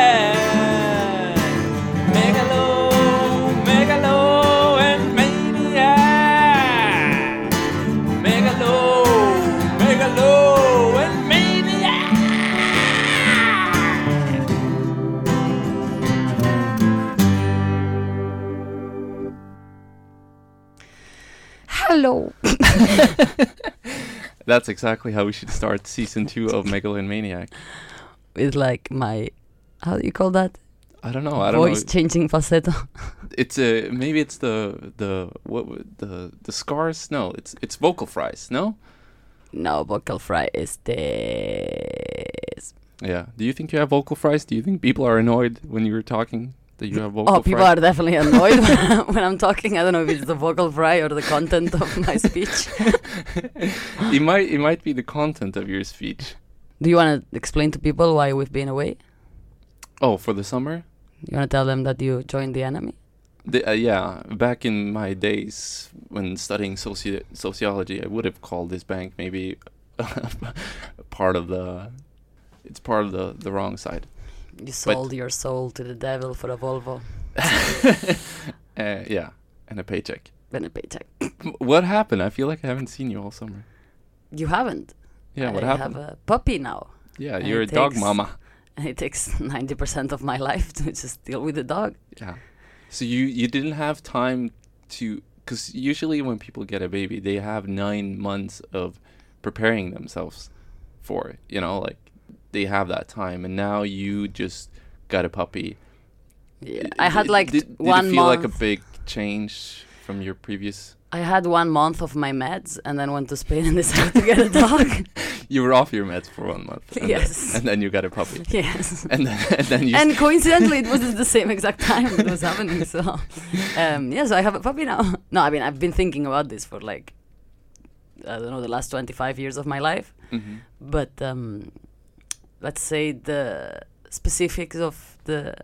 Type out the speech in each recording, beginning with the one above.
megalomaniac. Megalo, megalo, and maniac. Megalo, megalo, and maniac. Hello. That's exactly how we should start season two of Megalomaniac. With like my, how do you call that? I don't know. I don't Voice know. changing falsetto. It's uh, maybe it's the the what w- the the scars. No, it's it's vocal fries. No. no, vocal fry is this. Yeah. Do you think you have vocal fries? Do you think people are annoyed when you were talking that you have vocal oh, people fries? are definitely annoyed when I'm talking. I don't know if it's the vocal fry or the content of my speech. it might it might be the content of your speech. Do you want to explain to people why we've been away? Oh, for the summer. You want to tell them that you joined the enemy? The, uh, yeah, back in my days when studying soci- sociology, I would have called this bank maybe part of the. It's part of the the wrong side. You sold your soul to the devil for a Volvo Uh, yeah, and a paycheck. and a paycheck. M- What happened? I feel like I haven't seen you all summer. You haven't. Yeah, what I happened? have a puppy now. yeah, and you're a it dog takes- mama. And it takes 90% of my life to just deal with the dog. Yeah. So you you didn't have time to because usually when people get a baby, they have nine months of preparing themselves for it. You know, like they have that time, and now you just got a puppy. Yeah, Did- I had did- like did, t- did one it feel month. like a big change from your previous. I had one month of my meds and then went to Spain and decided to get a dog. You were off your meds for one month. and then- Yes. and then you got a puppy. yes. And then, and then you. And coincidentally, it was at the same exact time it was happening. So, um, yeah, so I have a puppy now. No, I mean, I've been thinking about this for like, I don't know, the last 25 years of my life. Mhm. But um, let's say the specifics of the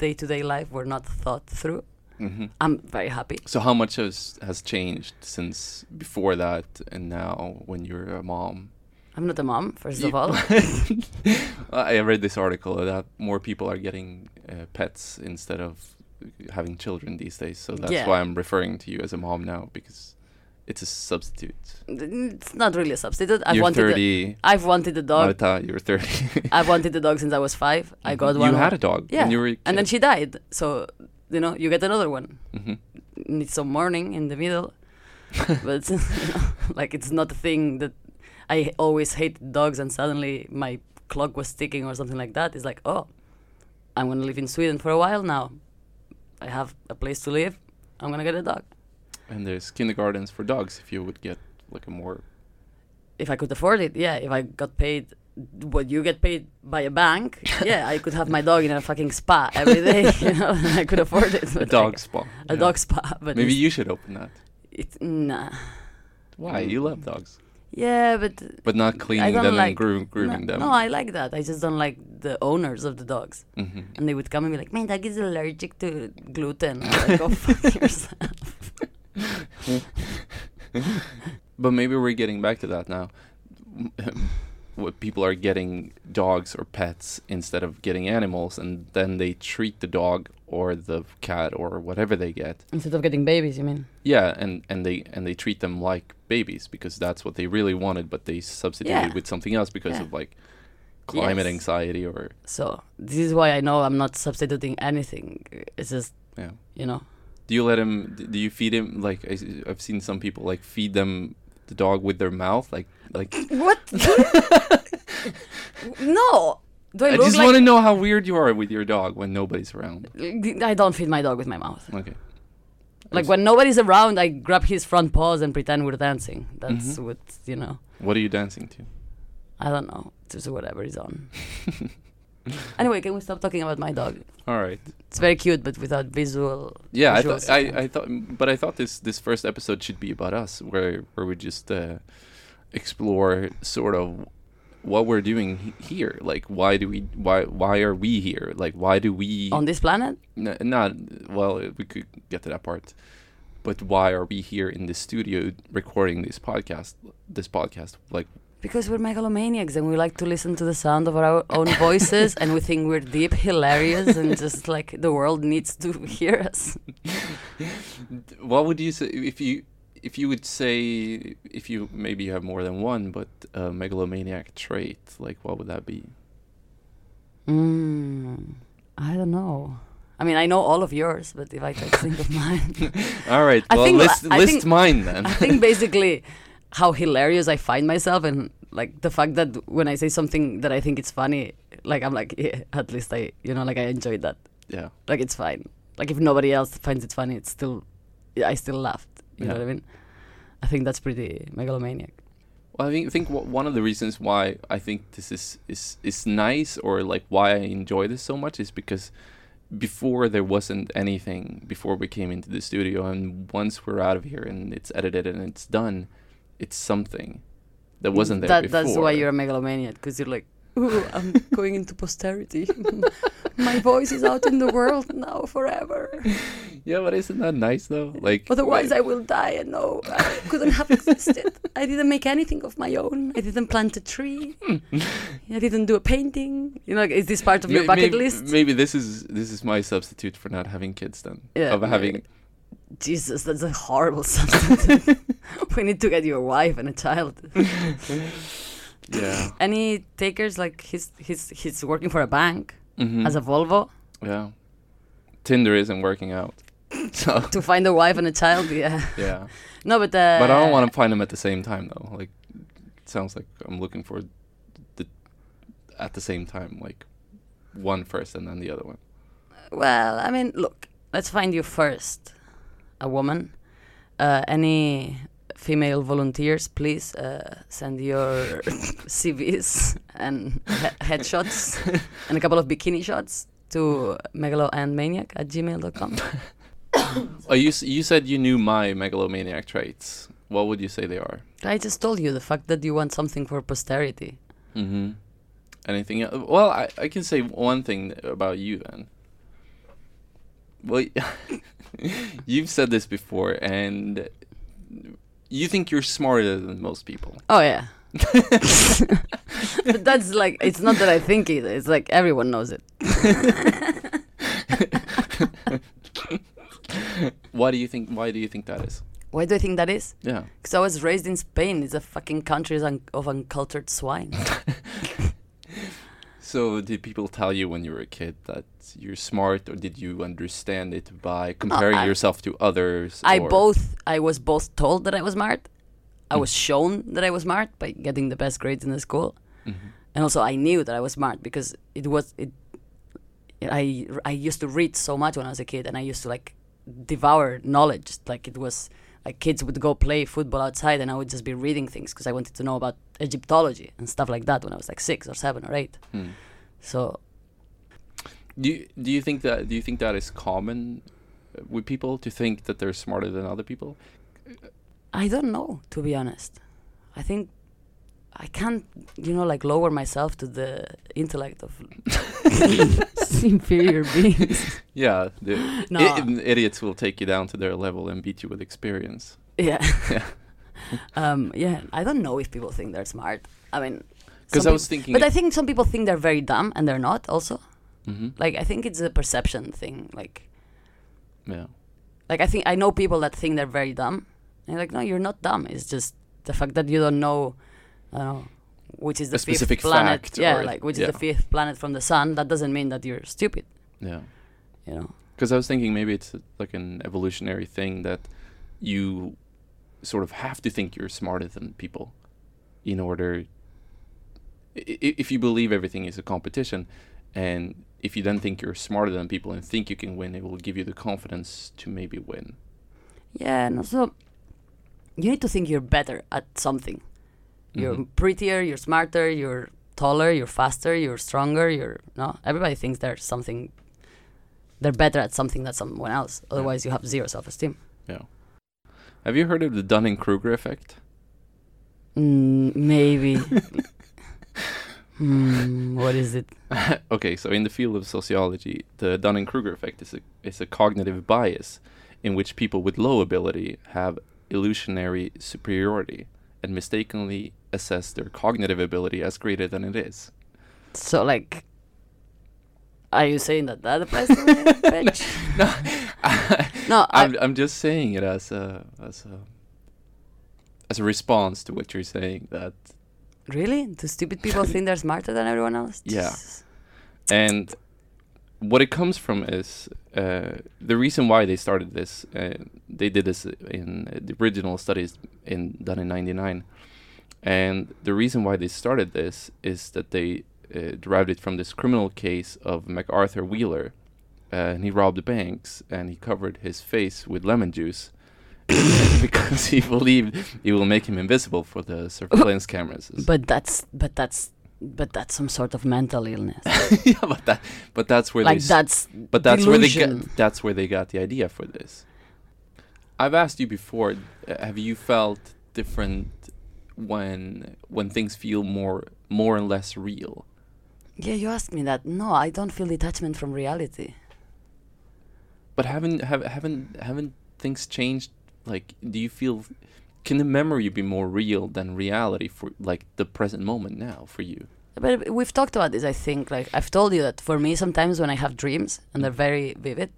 day to day life were not thought through. Mhm. I'm very happy. So how much has has changed since before that and now when you're a mom? I'm not a mom, first You- of all. I read this article that more people are getting uh, pets instead of having children these days. So that's Yeah. why I'm referring to you as a mom now because it's a substitute. It's not really a substitute. I've you're wanted. a- 30. I've wanted a dog. Marta, you're 30. I've wanted a dog since I was five. I got one. You had a dog Yeah, when you were a and then she died. So you know, you get another one. hmm Need some mourning in the middle, but you know, like it's not a thing that I always hated dogs. And suddenly my clock was ticking or something like that. It's like, oh, I'm gonna live in Sweden for a while now. I have a place to live. I'm gonna get a dog And there's kindergartens for dogs if you would get like a more if I could afford it. Yeah, if I got paid. What you get paid by a bank? Yeah, I could have my dog in a fucking spa every day. You know, I could afford it. a but I- dog spa. a yeah. dog spa. But Maybe it's- you should open that. it, nah. Why? You love dogs. Yeah, but But not cleaning don't them like- and groo- no, grooming them. no, I like that. I just don't like the owners of the dogs, hmm and they would come and be like, "My dog is allergic to gluten." I'm like, go fuck yourself. But maybe we're getting back to that now. what people are getting dogs or pets instead of getting animals, and then they treat the dog or the cat or whatever they get. Instead of getting babies, you mean? Yeah, and, and they and they treat them like babies because that's what they really wanted, but they substituted Yeah. with something else because Yeah. of like climate Yes. anxiety or So this is why I know I'm not substituting anything. It's just yeah. you know, Do you let him? d- Do you feed him? Like I, have seen some people like feed them the dog with their mouth, like like. what? no, do I, I look just like? want to know how weird you are with your dog when nobody's around. I don't feed my dog with my mouth. Okay. Like when nobody's around, I grab his front paws and pretend we're dancing. That's Mhm. what you know. What are you dancing to? I don't know. Just whatever is on. anyway, can we stop talking about my dog? All right. It's very cute, but without visual. Yeah, I visuals, thought I, yeah. I thought, but I thought this this first episode should be about us, where where we just uh, explore sort of what we're doing he- here. Like, why do we why why are we here? Like, why do we On this planet, N- not well we could get to that part but why are we here in the studio recording this podcast this podcast like Because we're megalomaniacs and we like to listen to the sound of our own voices and we think we're deep, hilarious, and just like the world needs to hear us. What would you say if you if you would say if you maybe you have more than one, but a megalomaniac trait, like what would that be? Mm, I don't know. I mean, I know all of yours, but if I try to think of mine, All right, I well think- list I list think- mine then. I think basically how hilarious I find myself and like the fact that when I say something that I think it's funny, like I'm like, yeah, at least I, you know, like I enjoyed that. yeah. Like it's fine. Like if nobody else finds it funny, it's still, I still laughed. You know Yeah. what I mean? I think that's pretty megalomaniac. Well, I think, think wh- one of the reasons why I think this is, is is nice or like why I enjoy this so much is because before there wasn't anything before we came into the studio, and once we're out of here and it's edited and it's done, it's something that wasn't there that, before. eh? That's why you're a megalomaniac because you're like, Ooh, I'm going into posterity. My voice is out in the world now forever. Yeah, but isn't that nice though? Like Otherwise, I will die and no, I couldn't have existed. I didn't make anything of my own. I didn't plant a tree. I didn't do a painting. You know, like, is this part of your May- bucket maybe, list? Maybe this is this is my substitute for not having kids then. Yeah, of having Jesus, that's a horrible substitute. we need to get you a wife and a child. yeah. Any takers? Like he's he's he's working for a bank Mhm. as a Volvo yeah. Tinder isn't working out. So to find a wife and a child. Yeah. yeah. No, but uh, But I don't want to find them at the same time though. Like, it sounds like I'm looking for the at the same time, like one first and then the other one. Well, I mean, look, let's find you first a woman. Uh, any female volunteers, please uh, send your CVs and he- headshots and a couple of bikini shots to megaloandmaniac at gmail.com. Oh, you s- you said you knew my megalomaniac traits. What would you say they are? I just told you the fact that you want something for posterity. Mm-hmm. Anything else? Well, I, I can say one thing about you then. Well, you've said this before, and you think you're smarter than most people. Oh, yeah. but that's like, it's not that I think it, it's like everyone knows it. Why do you think? Why do you think that is? Why do I think that is? Yeah. Because I was raised in Spain. It's a fucking country un- of uncultured swine. So did people tell you when you were a kid that you're smart, or did you understand it by comparing I- yourself to others? I or- both I was both told that I was smart. I was shown that I was smart by getting the best grades in the school, Mm-hmm. and also I knew that I was smart because it was it. I I used to read so much when I was a kid, and I used to like devour knowledge. Like it was like kids would go play football outside, and I would just be reading things because I wanted to know about Egyptology and stuff like that when I was like six or seven or eight. Hmm. So Do you, do you think that do you think that is common uh, with people to think that they're smarter than other people? I don't know, to be honest. I think I can't, you know, like lower myself to the intellect of inferior beings. Yeah, the No. i- idiots will take you down to their level and beat you with experience. Yeah. Yeah. Um, yeah, I don't know if people think they're smart. I mean, Because some I was peop- thinking, but I think some people think they're very dumb and they're not. Also, hmm like I think it's a perception thing. Like, yeah, like I think I know people that think they're very dumb. And you're like, no, you're not dumb. It's just the fact that you don't know, I don't know, which is the A specific fifth planet. fact yeah, or- like which yeah. is the fifth planet from the sun. That doesn't mean that you're stupid. yeah. You know. Because I was thinking maybe it's uh, like an evolutionary thing that you sort of have to think you're smarter than people in order. i- i- If you believe everything is a competition, and if you then think you're smarter than people and think you can win, it will give you the confidence to maybe win. Yeah, and also you need to think you're better at something. You're Mhm. prettier. You're smarter. You're taller. You're faster. You're stronger. You're no. Everybody thinks they're something. They're better at something than someone else. Otherwise, you have zero self-esteem. Yeah. Have you heard of the Dunning Kruger effect? Mm, maybe. Hmm, what is it? okay, so in the field of sociology, the Dunning Kruger effect is a, is a cognitive bias in which people with low ability have illusionary superiority and mistakenly assess their cognitive ability as greater than it is. So like, are you saying that that applies to me, bitch? No, No, I- I'm I'm just saying it as a as a as a response to what you're saying that Really? Do stupid people think they're smarter than everyone else? Yeah. Jesus. and what it comes from is uh, the reason why they started this. Uh, they did this in uh, the original studies in done in '99, and the reason why they started this is that they uh, derived it from this criminal case of MacArthur Wheeler, uh, and he robbed banks and he covered his face with lemon juice. because he believed it will make him invisible for the surveillance cameras. But that's but that's but that's some sort of mental illness. yeah, but that, but that's where like they s- that's But that's where they Delusion. got that's where they got the idea for this. I've asked you before, uh, have you felt different when when things feel more more and less real? yeah. You asked me that. No, I don't feel detachment from reality. But haven't have, haven't haven't things changed? Like, do you feel can the memory be more real than reality for like the present moment now for you? But we've talked about this. I think like I've told you that for me sometimes when I have dreams and they're very vivid,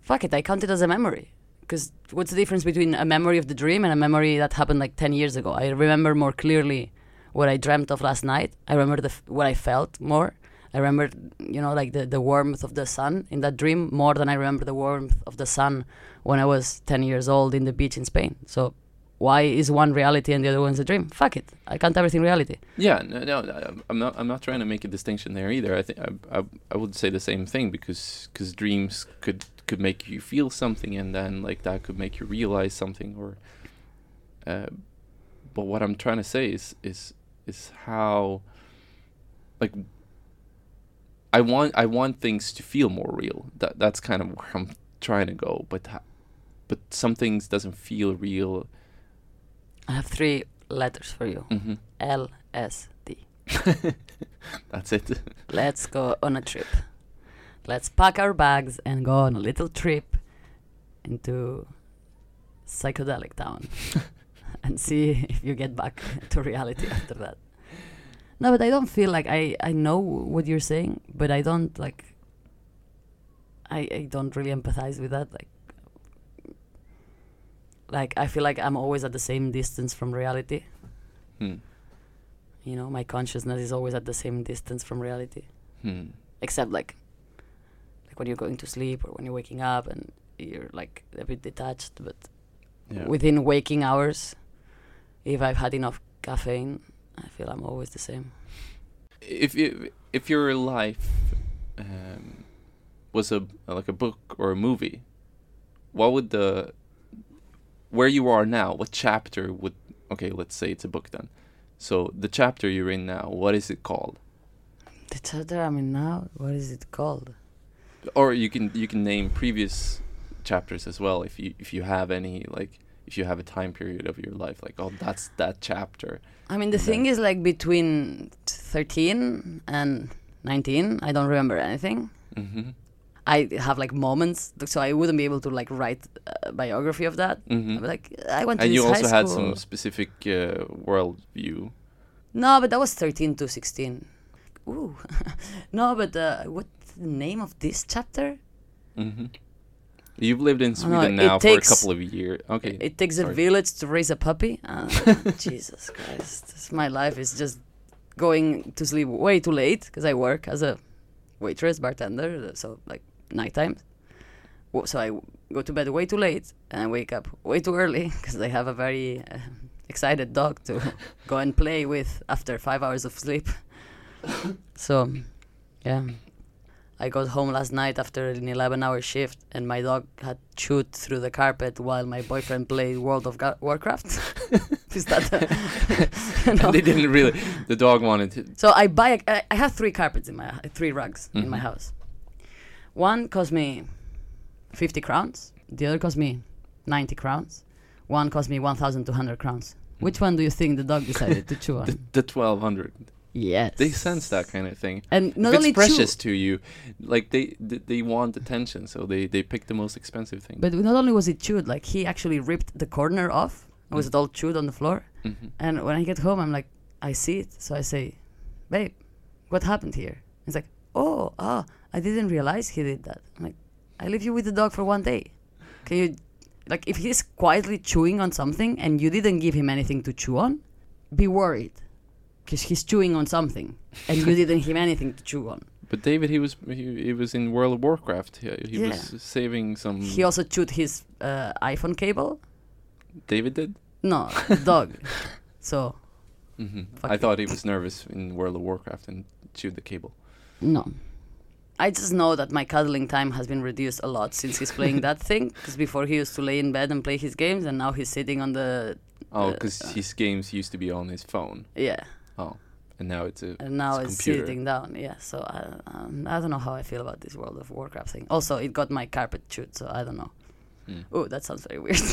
fuck it, I count it as a memory. Because what's the difference between a memory of the dream and a memory that happened like ten years ago? I remember more clearly what I dreamt of last night. I remember the f- what I felt more. I remember, you know, like the, the warmth of the sun in that dream more than I remember the warmth of the sun when I was 10 years old in the beach in Spain. So, why is one reality and the other one's a dream? Fuck it. I count everything reality. Yeah, no, no, I- I'm not. I'm not trying to make a distinction there either. I think I, I, I would say the same thing because cause dreams could could make you feel something, and then like that could make you realize something. Or, uh, but what I'm trying to say is is is how, like, I want I want things to feel more real. That that's kind of where I'm trying to go. But ha- but some things doesn't feel real. I have three letters for you hmm L, S, D. That's it. Let's go on a trip. Let's pack our bags and go on a little trip into psychedelic town and see if you get back to reality after that. No, but I don't feel like I, I know what you're saying, but I don't like I, I don't really empathize with that. Like like I feel like I'm always at the same distance from reality. Hmm. You know, my consciousness is always at the same distance from reality Hmm. except like like when you're going to sleep or when you're waking up and you're like a bit detached but Yeah. within waking hours if i've had enough caffeine i feel i'm always the same if you, if your life um, was a like a book or a movie, what would the where you are now? What chapter would okay? Let's say it's a book then. So the chapter you're in now, what is it called? the chapter i'm in now what is it called Or you can you can name previous chapters as well if you if you have any like if you have a time period of your life like oh that's that chapter i mean the Yeah. thing is like between 13 and 19 i don't remember anything mm-hmm i have like moments so i wouldn't be able to like write a biography of that Mhm. I'd be like i went to and this you also high had school. some specific uh, worldview No, but that was 13 to 16. Ooh. no, but uh, what's the name of this chapter? hmm You've lived in Oh, no, Sweden it now for a takes- couple of years. Okay. It takes sorry. a village to raise a puppy. Uh, Jesus Christ. This- my life is just going to sleep way too late because I work as a waitress, bartender, uh, so like night times. Wo- So I w- go to bed way too late and I wake up way too early because I have a very uh, excited dog to go and play with after five hours of sleep. So, yeah. I got home last night after an 11 hour shift and my dog had chewed through the carpet while my boyfriend played World of Ga- Warcraft. Is that a, And they didn't really. The dog wanted to. So I buy, a, I- I have three carpets in my, three rugs in my Mhm. house. One cost me 50 crowns, the other cost me 90 crowns, one cost me 1,200 crowns. Which one do you think the dog decided to chew Mm. The, on? the 1200. Yes. They sense that kind of thing. And not if only it's chew, precious to you, like they they, they want attention, so they, they pick the most expensive thing. Mm. But not only was it chewed, like he actually ripped the corner off. It was all chewed on the floor. Mhm. And when I get home, I'm like, I see it. So I say, babe, what happened here? It's like, oh, ah, I didn't realize he did that. I'm like, I leave you with the dog for one day. Can you, like, if he's quietly chewing on something and you didn't give him anything to chew on, be worried. Because he's chewing on something and you didn't give him anything to chew on. But David, he was he, he was in World of Warcraft. He, he Yeah. was saving some. He also chewed his uh, iPhone cable. David did. No, dog. So, hmm Fuck I you. thought he was nervous in World of Warcraft and chewed the cable. No. I just know that my cuddling time has been reduced a lot since he's playing that thing. Because before he used to lay in bed and play his games, and now he's sitting on the Oh, Uh, because his games used to be on his phone. yeah, Oh, and now it's a and now it's it's, computer. sitting down. Yeah, so I, um, I don't know how I feel about this World of Warcraft thing. Also, it got my carpet chewed, so I don't know. Mm. Oh, that sounds very weird.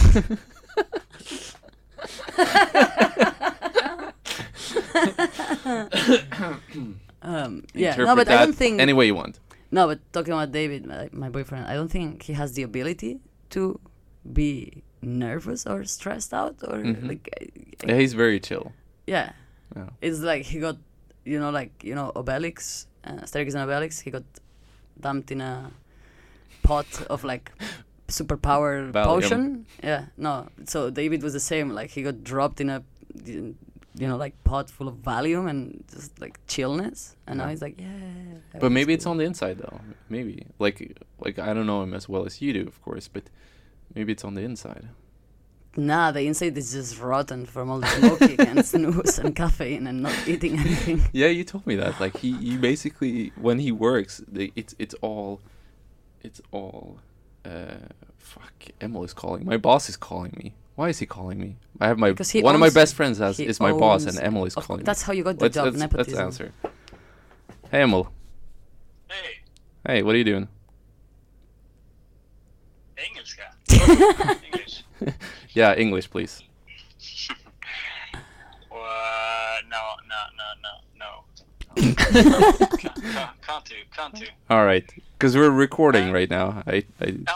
um, yeah, no, Interpret but I that don't think any way you want. No, but talking about David, my, my boyfriend, I don't think he has the ability to be nervous or stressed out or Mhm. like, I- I- Yeah, he's very chill. yeah. Yeah. It's like he got, you know, like you know, Obelix, uh, Asterix and Obelix. He got dumped in a pot of like superpower Valium. potion. Yeah, no. So David was the same. Like he got dropped in a, you know, like pot full of Valium and just like chillness. And now Yeah. he's like, yeah. But maybe everything's it's on the inside though. Maybe like like I don't know him as well as you do, of course, but maybe it's on the inside. Nah, the inside is just rotten from all the smoking and snooze and caffeine and not eating anything. Yeah, you told me that. Like he, he basically when he works, the, it's it's all, it's all. Uh, fuck, Emily's calling. My boss is calling me. Why is he calling me? I have my Because he one of my owns- best friends has he is my boss, owns- and Emily's of- calling. that's how you me. got the job, Let's, let's nepotism. answer. Hey, Emily. Hey, Hey, what are you doing? English guy. English. yeah, English, please. Uh, no, no, no, no, no. Can't, can't do, can't do. All right, because we're recording right now. I I, All right,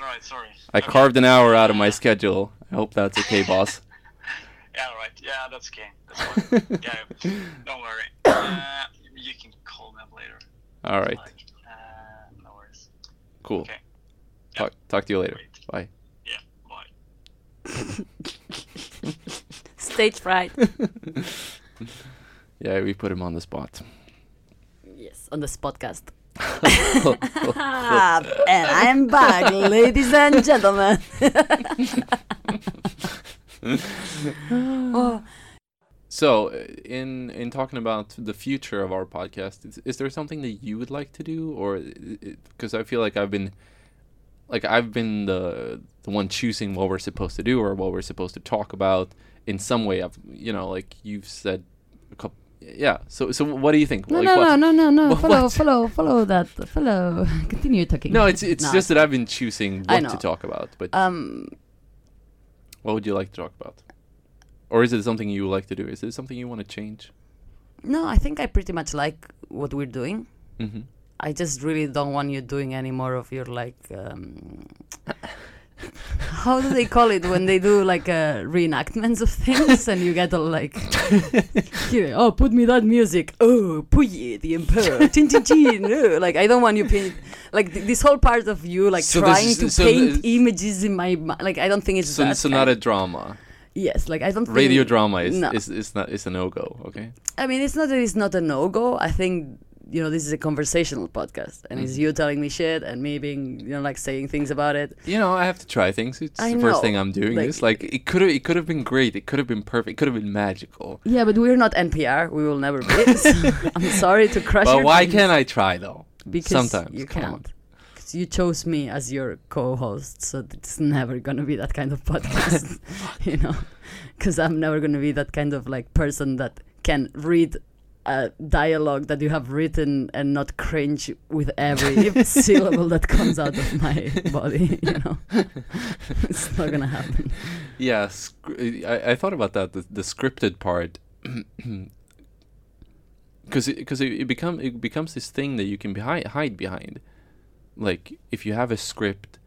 all right, sorry. I Okay. carved an hour out of my schedule. I hope that's okay, boss. Yeah, all right. Yeah, that's okay. That's fine. yeah, don't worry. Uh, you can call them later. All right, Like, uh, no worries. cool. Okay. Talk talk to you later. Bye. Yeah, bye. Stage fright. Yeah, we put him on the spot. yes, on this podcast. yeah, Ah, and I'm back, ladies and gentlemen. oh, So, uh, in in talking about the future of our podcast, is, is there something that you would like to do, or because I feel like I've been, like I've been the the one choosing what we're supposed to do or what we're supposed to talk about in some way. I've you know like you've said a couple. Yeah. So so what do you think? no, Like, no, what- no, no, no, no. What- Follow, what? follow, follow that. Follow. Continue talking. No, it's it's No, just that I've been choosing I what to know. talk about. But Um, what would you like to talk about? Or is it something you would like to do? Is it something you want to change? no, I think I pretty much like what we're doing. hmm I just really don't want you doing any more of your like. Um, how do they call it when they do like uh, reenactments of things and you get all like, here, oh, put me that music. Oh, Puyi, the emperor. Chin chin chin. Oh. Like I don't want you paint like th- this whole part of you like So this trying is- to so paint this- images in my mi- like I don't think it's So, that. so not kind- a drama. yes, like I don't Radio think, drama is, No. is, is not is a no go. Okay. I mean, it's not that it's not a no go. I think you know this is a conversational podcast, and it's you telling me shit and me being you know like saying things about it. You know, I have to try things. It's I the first thing know, I'm doing. like- this like it could have it could have been great. It could have been perfect. It could have been magical. Yeah, but we're not NPR. We will never be. So I'm sorry to crush But your why dreams. can't I try though? Because Sometimes you come on. can't. 'Cause you chose me as your co-host, so it's never gonna be that kind of podcast, you know. Because I'm never gonna be that kind of like person that can read a dialogue that you have written and not cringe with every syllable that comes out of my body. You know, it's not gonna happen. Yeah, sc- I, I thought about that the, the scripted part, because because it, it become it becomes this thing that you can behi- hide behind, like if you have a script,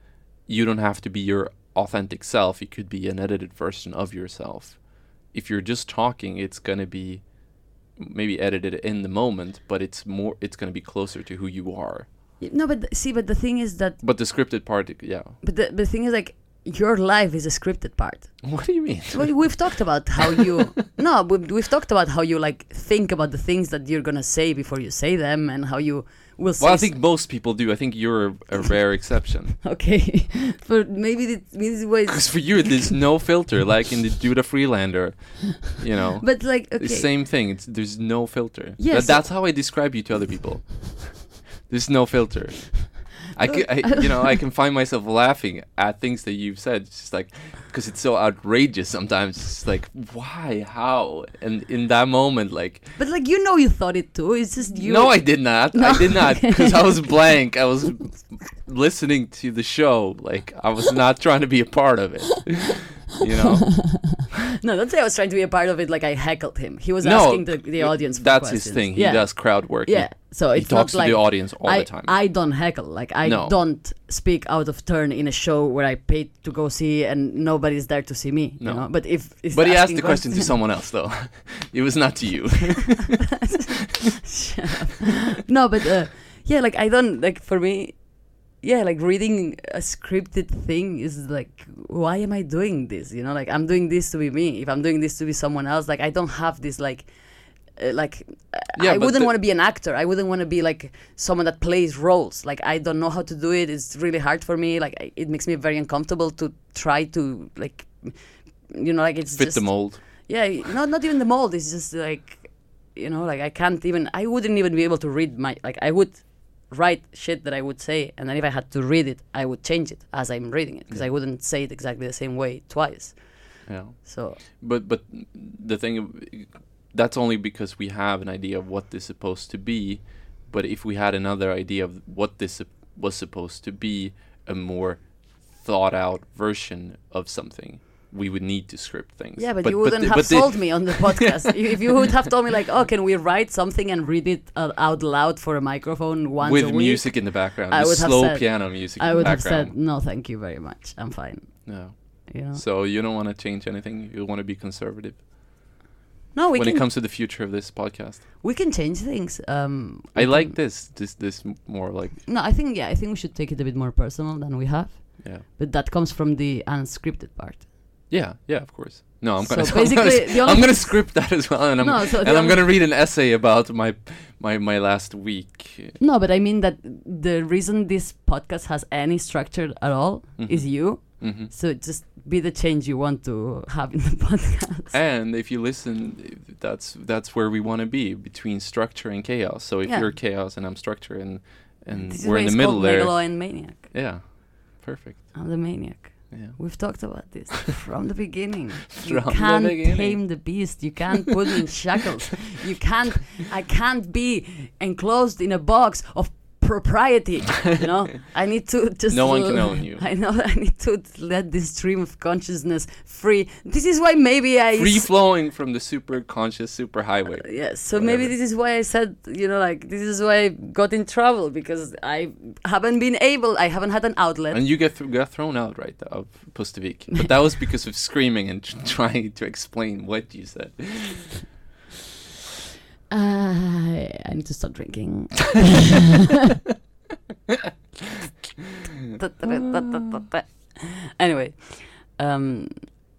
you don't have to be your authentic self. You could be an edited version of yourself, if you're just talking, it's gonna be maybe edited in the moment, but it's more it's gonna be closer to who you are. No, but th- see, but the thing is that, But the scripted part, yeah. but the, the thing is like your life is a scripted part. What do you mean? Well, we've talked about how you no, we- we've talked about how you like think about the things that you're gonna say before you say them, and how you will. say Well, s- I think most people do. I think you're a rare exception. okay, but maybe it means Because was. for you, there's no filter, like in the Duda Freelander, you know. But like okay, the same thing. It's, there's no filter. Yeah, That- so- that's how I describe you to other people. there's no filter. I, can, I, you know, I can find myself laughing at things that you've said. It's just like, because it's so outrageous sometimes. It's just like, why, how, and in that moment, like, but like you know, you thought it too. It's just you. no, I did not. I did not because I was blank. I was listening to the show. Like I was not trying to be a part of it. You know. No, that's why I was trying to be a part of it. Like I heckled him. He was no, asking the, the audience. For That's his questions. thing. He yeah. does crowd work. He- Yeah. So he it's talks not like to the audience all I, the time. I don't heckle. Like I No. don't speak out of turn in a show where I paid to go see and nobody's there to see me. No. You know? But if he's but he asked asking the question to questions- someone else though. it was not to you. no, but uh, yeah, like I don't like for me, yeah, like reading a scripted thing is like, why am I doing this? You know, like I'm doing this to be me. If I'm doing this to be someone else, like I don't have this like. Uh, like uh, Yeah, I but wouldn't the- want to be an actor. I wouldn't want to be like someone that plays roles. Like I don't know how to do it. It's really hard for me. Like I- it makes me very uncomfortable to try to like, you know, like it's Fit just, the mold. yeah, not not even the mold. It's just like, you know, like I can't even. I wouldn't even be able to read my. Like I would write shit that I would say, and then if I had to read it, I would change it as I'm reading it because I wouldn't say it exactly the same way twice. Yeah. So But but the thing, that's only because we have an idea of what this is supposed to be. But if we had another idea of what this sup- was supposed to be, a more thought out version of something, we would need to script things. yeah, but, you wouldn't the- have but the- sold me on the podcast You- if you would have told me like, oh, can we write something and read it uh, out loud for a microphone once with a week? music in the background, I just would have slow said- piano music. I in the would have background. said no, thank you very much. I'm fine. No. You know, So you don't want to change anything. You want to be conservative no, we when can it comes to the future of this podcast. we can change things. Um, I like this. This this m- more like No, I think yeah, I think we should take it a bit more personal than we have. yeah But that comes from the unscripted part. yeah yeah of course. No, I'm gonna. So I'm gonna, basically, s- the only I'm gonna thing- script that as well, and I'm No, so and the I'm only- gonna read an essay about my my my last week. No, but I mean that the reason this podcast has any structure at all is you. hmm So just be the change you want to have in the podcast. And if you listen, that's that's where we want to be between structure and chaos. So if Yeah. you're chaos and I'm structure, and and This is we're why in the it's middle called there. Megalo and Maniac. Yeah, perfect. I'm the maniac. Yeah. We've talked about this from the beginning. From you the can't beginning. tame the beast. You can't put it in shackles. You can't. I can't be enclosed in a box of propriety. You know, I need to just. No one can own you. I know. I need to let this stream of consciousness free. This is why maybe I. free s- flowing from the super conscious super highway. yeah, so maybe Whatever. this is why I said, you know, like this is why I got in trouble because I haven't been able, I haven't had an outlet. And you get th- got thrown out, right, of Pustavik. But that was because of screaming and tr- trying to explain what you said. Uh, I need to stop drinking. anyway, um,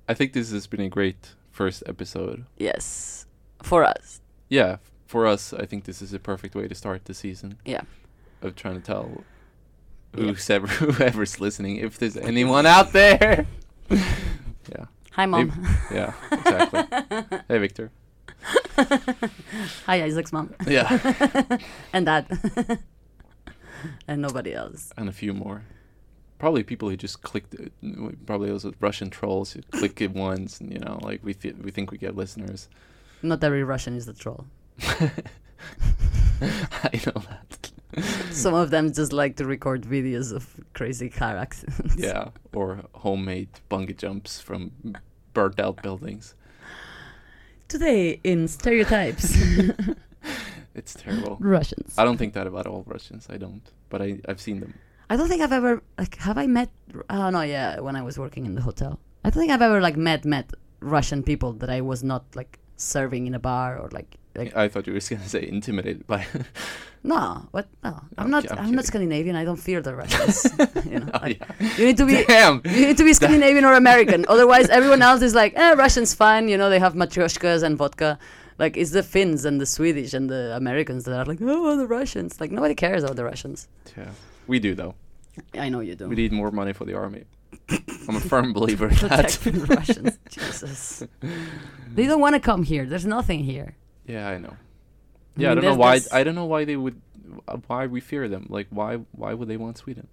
I think this has been a great first episode. yes, for us, Yeah, f- for us, I think this is a perfect way to start the season yeah. of trying to tell who's ever, whoever's listening if there's anyone out there. yeah. Hi, Mayb- mom. yeah, exactly. hey, Victor. Hi, Isaac's mom. Yeah, and dad. and nobody else. and a few more. Probably people who just clicked. uh, n- Probably those Russian trolls who click it once, and you know, like we th- we think we get listeners. Not every Russian is a troll. I know that. Some of them just like to record videos of crazy car accidents. Yeah, or homemade bungee jumps from burnt out buildings. Today in stereotypes, It's terrible. Russians. I don't think that about all Russians. I don't, but I I've seen them. I don't think I've ever like have I met. Oh no, yeah, when I was working in the hotel, I don't think I've ever like met met Russian people that I was not like serving in a bar or like like I thought you were just gonna say intimidated by. no what no I'm I'm not ki- I'm, I'm not kidding. Scandinavian I don't fear the Russians you know Oh, like, yeah. you need to be Damn. you need to be Scandinavian or American otherwise everyone else is like eh, Russians fine you know they have matryoshkas and vodka like it's the Finns and the Swedish and the Americans that are like oh the Russians like nobody cares about the Russians yeah, we do though. I know you do We need more money for the army. I'm a firm believer in that. protect the Russians Jesus they don't want to come here there's nothing here Yeah, I know. Yeah, mean, I, don't know there's why. this- I don't know why they would. uh, Why we fear them? Like, why? Why would they want Sweden?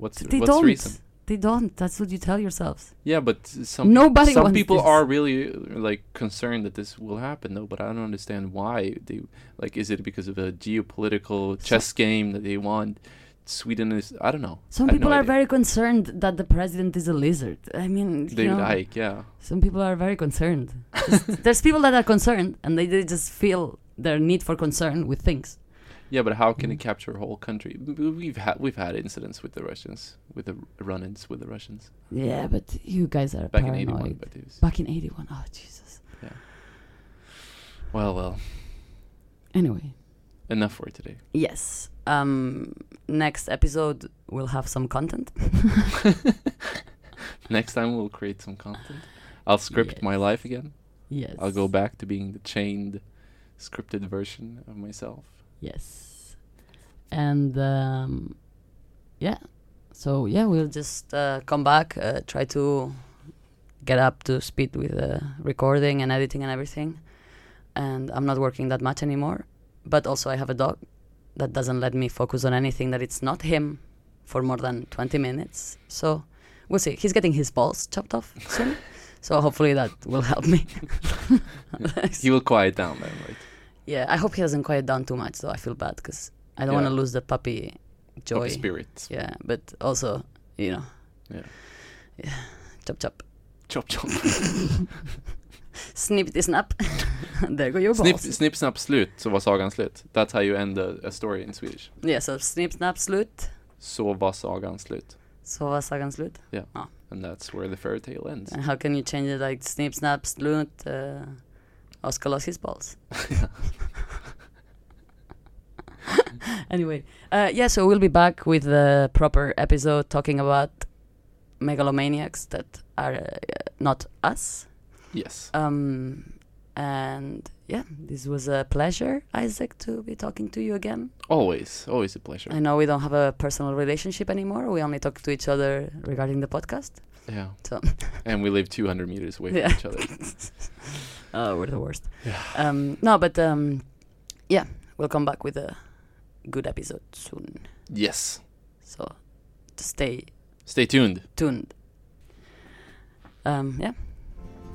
What's they what's don't reason? they don't that's what you tell yourselves Yeah, but some Nobody some wants people this. are really like concerned that this will happen though. But I don't understand why they like. Is it because of a geopolitical chess game that they want? Sweden is. I don't know. Some I have no people are idea. very concerned that the president is a lizard. I mean, you They know, like yeah. some people are very concerned. Just- There's people that are concerned, and they, they just feel their need for concern with things. Yeah, but how can Mm. it capture a whole country? W- w- We've had we've had incidents with the Russians, with the r- run-ins with the Russians Yeah, but you guys are back in paranoid. '81. But it was, Back in '81. Oh Jesus. well, well, Anyway, enough for today. yes. Um, next episode we'll have some content. Next time we'll create some content. I'll script my Yes. life again. Yes. I'll go back to being the chained, scripted version of myself. Yes. And um, yeah, so yeah, we'll just uh, come back, uh, try to get up to speed with uh, recording and editing and everything. And I'm not working that much anymore. But also, I have a dog that doesn't let me focus on anything that it's not him for more than 20 minutes. So we'll see. He's getting his balls chopped off soon. so hopefully that will help me. He will quiet down then, right? Yeah, I hope he doesn't quiet down too much, though. I feel bad because I don't Yeah. want to lose the puppy joy. Of spirits. Yeah, but also, you know, Yeah. chop chop, Chop chop. snip the snap. there go your Snipp, balls. snipp, snapp, slut så var sagan slut. That's how you end a, a story in Swedish. Yeah, so snip snap slut. Så var sagan slut. So was sagan slut. And that's where the fairy tale ends. And how can you change it like snip snap slut? Uh, Oscar lost his balls. anyway, uh, yeah, so we'll be back with the proper episode talking about megalomaniacs that are uh, not us. Yes. Um, and yeah, this was a pleasure, Isaac, to be talking to you again. Always. Always a pleasure. I know we don't have a personal relationship anymore. We only talk to each other regarding the podcast. Yeah. So- and we live 200 meters away Yeah. from each other. Oh, we're the worst. Yeah. Um, no, but um, yeah, we'll come back with a good episode soon. Yes. So stay Stay tuned. tuned. Um, yeah,